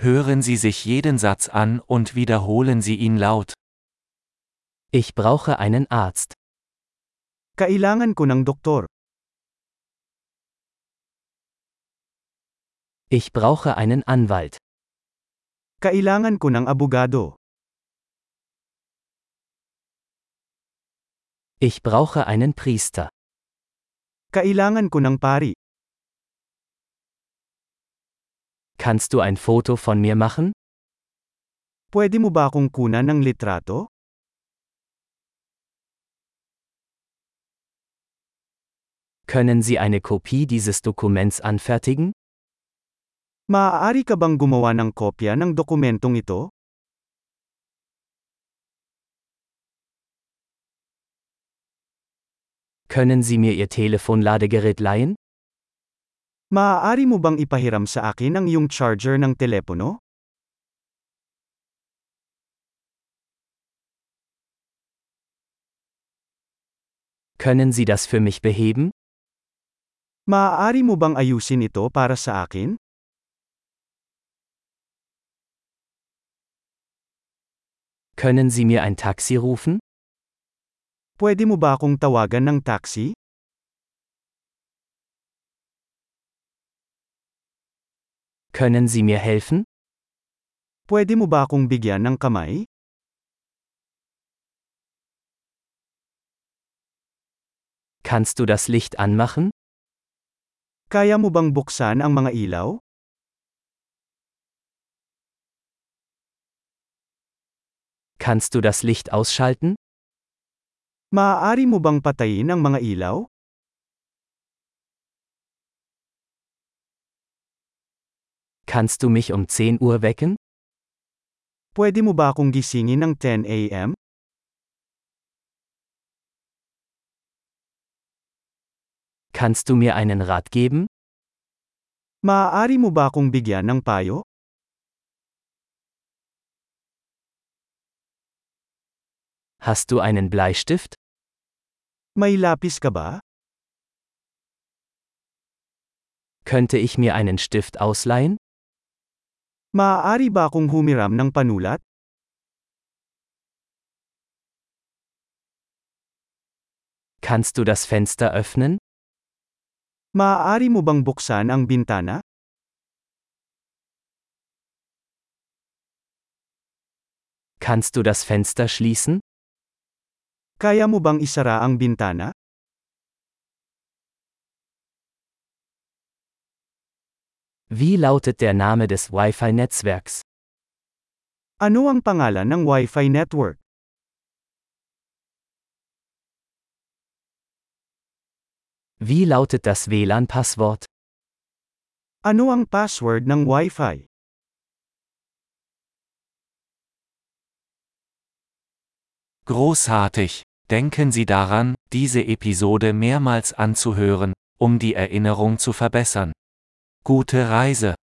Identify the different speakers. Speaker 1: Hören Sie sich jeden Satz an und wiederholen Sie ihn laut.
Speaker 2: Ich brauche einen Arzt.
Speaker 3: Kailangan ko ng doktor.
Speaker 2: Ich brauche einen Anwalt.
Speaker 3: Kailangan ko ng abogado.
Speaker 2: Ich brauche einen Priester.
Speaker 3: Kailangan ko ng pari.
Speaker 2: Kannst du ein Foto von mir machen?
Speaker 3: Pwede mo ba akong kunan ng litrato?
Speaker 2: Können Sie eine Kopie dieses Dokuments anfertigen?
Speaker 3: Maaari ka bang gumawa ng kopya ng dokumentong ito?
Speaker 2: Können Sie mir Ihr Telefonladegerät leihen?
Speaker 3: Maaari mo bang ipahiram sa akin ang iyong charger ng telepono?
Speaker 2: Können Sie das für mich beheben?
Speaker 3: Maaari mo bang ayusin ito para sa akin?
Speaker 2: Können Sie mir ein Taxi rufen?
Speaker 3: Pwede mo ba akong tawagan ng taxi?
Speaker 2: Können Sie mir helfen?
Speaker 3: Pwede mo ba akong bigyan ng kamay?
Speaker 2: Kannst du das Licht anmachen?
Speaker 3: Kaya mo bang buksan ang mga ilaw?
Speaker 2: Kannst du das Licht ausschalten?
Speaker 3: Maaari mo bang patayin ang mga ilaw?
Speaker 2: Kannst du mich um 10 Uhr wecken?
Speaker 3: Pwede mo ba akong gisingin ng 10 a.m.?
Speaker 2: Kannst du mir einen Rat geben?
Speaker 3: Maaari mo ba akong bigyan ng payo?
Speaker 2: Hast du einen Bleistift?
Speaker 3: May lapis ka ba?
Speaker 2: Könnte ich mir einen Stift ausleihen?
Speaker 3: Maaari ba akong humiram ng panulat?
Speaker 2: Kannst du das Fenster öffnen?
Speaker 3: Maaari mo bang buksan ang bintana?
Speaker 2: Kannst du das Fenster schließen?
Speaker 3: Kaya mo bang isara ang bintana?
Speaker 2: Wie lautet der Name des Wi-Fi-Netzwerks?
Speaker 3: Ano ang pangalan ng Wi-Fi network?
Speaker 2: Wie lautet das WLAN-Passwort?
Speaker 3: Ano ang password ng Wi-Fi?
Speaker 1: Großartig! Denken Sie daran, diese Episode mehrmals anzuhören, um die Erinnerung zu verbessern. Gute Reise!